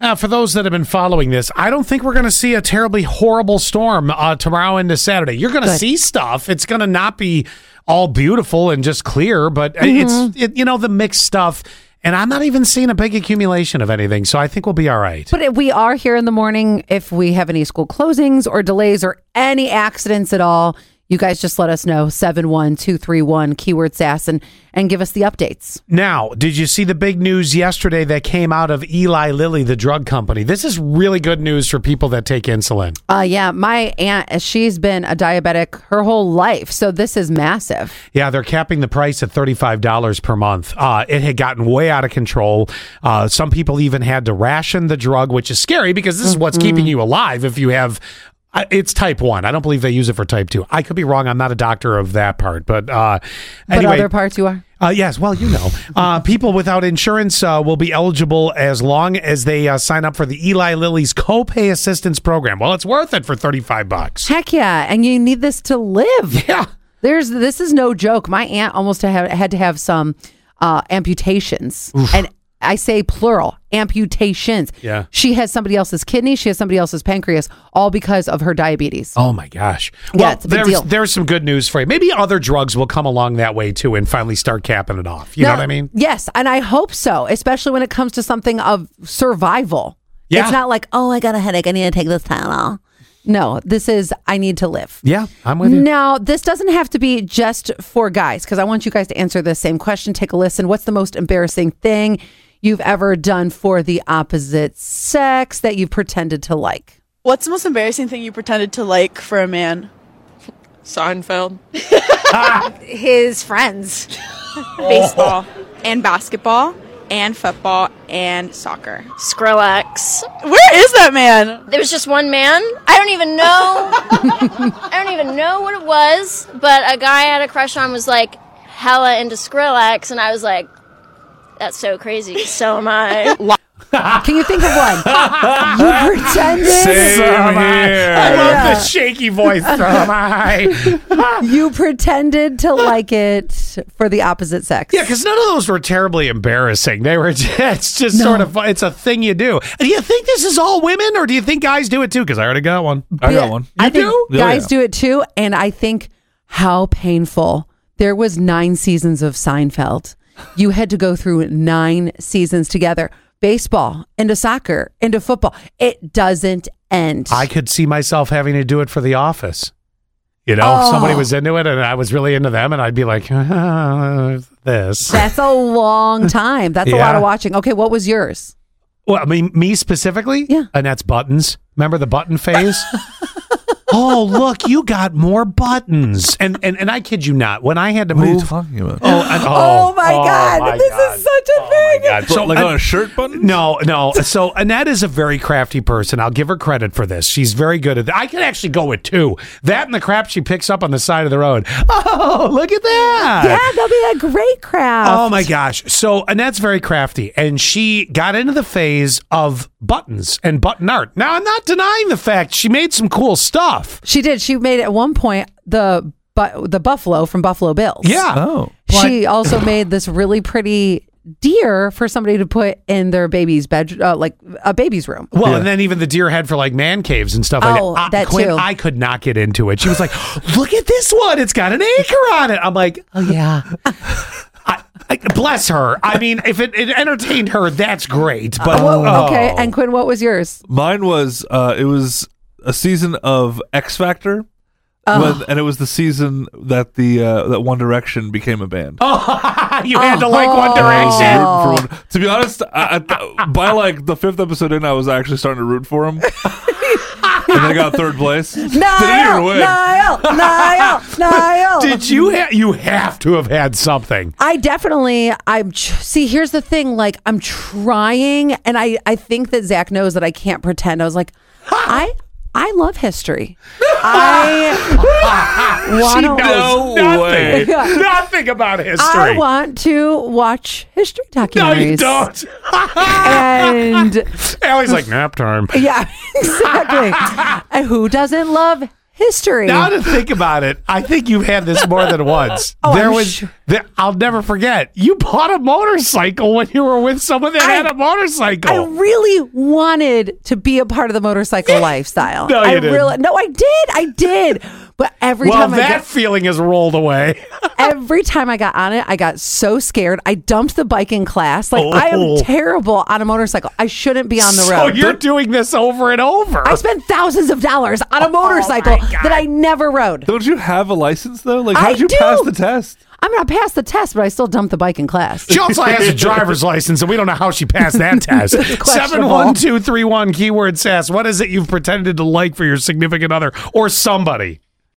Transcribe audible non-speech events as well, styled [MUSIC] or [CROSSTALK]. uh, for those that have been following this, I don't think we're going to see a terribly horrible storm uh, tomorrow into Saturday. You're going to Good. see stuff. It's going to not be all beautiful and just clear, but uh, it's it, you know the mixed stuff. And I'm not even seeing a big accumulation of anything, so I think we'll be all right. But if we are here in the morning, if we have any school closings or delays or any accidents at all, you guys just let us know 71231 keyword sass and, and give us the updates. Now, did you see the big news yesterday that came out of Eli Lilly, the drug company? This is really good news for people that take insulin. Uh, yeah, my aunt, she's been a diabetic her whole life. So this is massive. Yeah, they're capping the price at $35 per month. Uh, it had gotten way out of control. Uh, some people even had to ration the drug, which is scary because this is what's Mm-hmm. keeping you alive if you have. I- It's type one. I don't believe they use it for type two. I could be wrong. I'm not a doctor of that part, but uh, But anyway, other parts you are. Uh, yes, well, you know, uh, people without insurance uh, will be eligible as long as they uh, sign up for the Eli Lilly's copay assistance program. Well, it's worth it for thirty-five bucks. Heck yeah. And you need this to live. Yeah, There's this is no joke. My aunt almost ha- had to have some uh, amputations, and I say plural amputations. Yeah. she has somebody else's kidney. She has somebody else's pancreas, all because of her diabetes. Oh my gosh! Well, it's a big there's deal. there's some good news for you. Maybe other drugs will come along that way too, and finally start capping it off. You know No, what I mean? Yes, and I hope so, especially when it comes to something of survival. Yeah. It's not like, oh, I got a headache. I need to take this Tylenol. No, this is I need to live. Yeah, I'm with you. Now, this doesn't have to be just for guys because I want you guys to answer the same question. Take a listen. What's the most embarrassing thing you've ever done for the opposite sex that you've pretended to like? What's the most embarrassing thing you pretended to like for a man? Seinfeld. [LAUGHS] his friends. Baseball [LAUGHS] and basketball and football and soccer. Skrillex. Where is that man? There was just one man. I don't even know. I don't even know what it was, but a guy I had a crush on was like hella into Skrillex, and I was like, that's so crazy. So am I. Can you think [LAUGHS] of one? you pretended. Oh, I love the shaky [LAUGHS] voice. So am I. You pretended to like it for the opposite sex. Yeah, because none of those were terribly embarrassing. They were [LAUGHS] just, it's just sort of it's a thing you do. Do you think this is all women, or do you think guys do it too? Because I already got one. I got one. I think Yeah, guys yeah. do it too, and I think how painful. There was nine seasons of Seinfeld. You had to go through nine seasons together. Baseball into soccer into football. It doesn't end. I could see myself having to do it for The Office. You know, if somebody Oh. was into it, and I was really into them, and I'd be like, [LAUGHS] this. That's [LAUGHS] a long time. That's a lot Yeah. of watching. Okay, what was yours? Well, I mean, me specifically? Yeah. And that's buttons. Remember the button [LAUGHS] phase? oh, look, you got more buttons. And, and and I kid you not, when I had to What are you move. talking about? [LAUGHS] oh, and- Oh, my oh God. my this God. is such a Oh thing. so like I- on a shirt button? No, no. So Annette is a very crafty person. I'll give her credit for this. She's very good at that. I could actually go with two. That and the crap she picks up on the side of the road. [LAUGHS] Oh, look at that. yeah, that'll be a great craft. Oh my gosh. So Annette's very crafty and she got into the phase of buttons and button art. Now I'm not denying the fact she made some cool stuff. She did. She made at one point the but the buffalo from Buffalo Bills. Yeah. Oh. She [COUGHS] also made this really pretty deer for somebody to put in their baby's bed, uh, like a baby's room. Well, and then even the deer head for like man caves and stuff like Oh, that. Uh, that Quinn, too. I could not get into it. She was like, [GASPS] "Look at this one. It's got an acre on it." I'm like, Oh yeah. [LAUGHS] I, I, "Bless her." I mean, if it, it entertained her, that's great. But Okay. oh. And Quinn, what [LAUGHS] was yours? Mine was uh it was a season of X Factor. Uh-huh. when- and it was the season that the uh, that One Direction became a band. Oh. [LAUGHS] you had to like One Direction. I was rooting for One- To be honest, I, I, by like the fifth episode in, I was actually starting to root [LAUGHS] for him. and they got third place. They didn't even Niall, win. Niall, [LAUGHS] Niall, Niall. Did you ha- you have to have had [LAUGHS] something? I definitely I'm tr- see here's the thing like I'm trying and I I think that Zach knows that I can't pretend I [LAUGHS] was like I I love history I She wanna- knows No [LAUGHS] nothing, way. nothing about history. I want to watch history documentaries No, you don't. [LAUGHS] and Allie's like nap time. [LAUGHS] yeah exactly and who doesn't love history. Now to think about it, I think you've had this more [LAUGHS] than once. Oh, there I'm was, sure. there- I'll never forget. You bought a motorcycle when you were with someone that I- had a motorcycle. I really wanted to be a part of the [LAUGHS] motorcycle lifestyle. No, you I didn't. reali- no, I did. I did. But every well, time I that got, feeling is rolled away. every time I got on it, I got so scared. I dumped the bike in class. Like I Oh. am terrible on a motorcycle. I shouldn't be on [LAUGHS] the so road. you're doing this over and over. I spent thousands of dollars on Oh a motorcycle that I never rode. Don't you have a license though? Like, I how'd you do. pass the test? I'm gonna pass the test, but I still dumped the bike in class. She also has a driver's license, and we don't know how she passed [LAUGHS] that test. Seven questionable. one two three one keyword sass. What is it you've pretended to like for your significant other or somebody?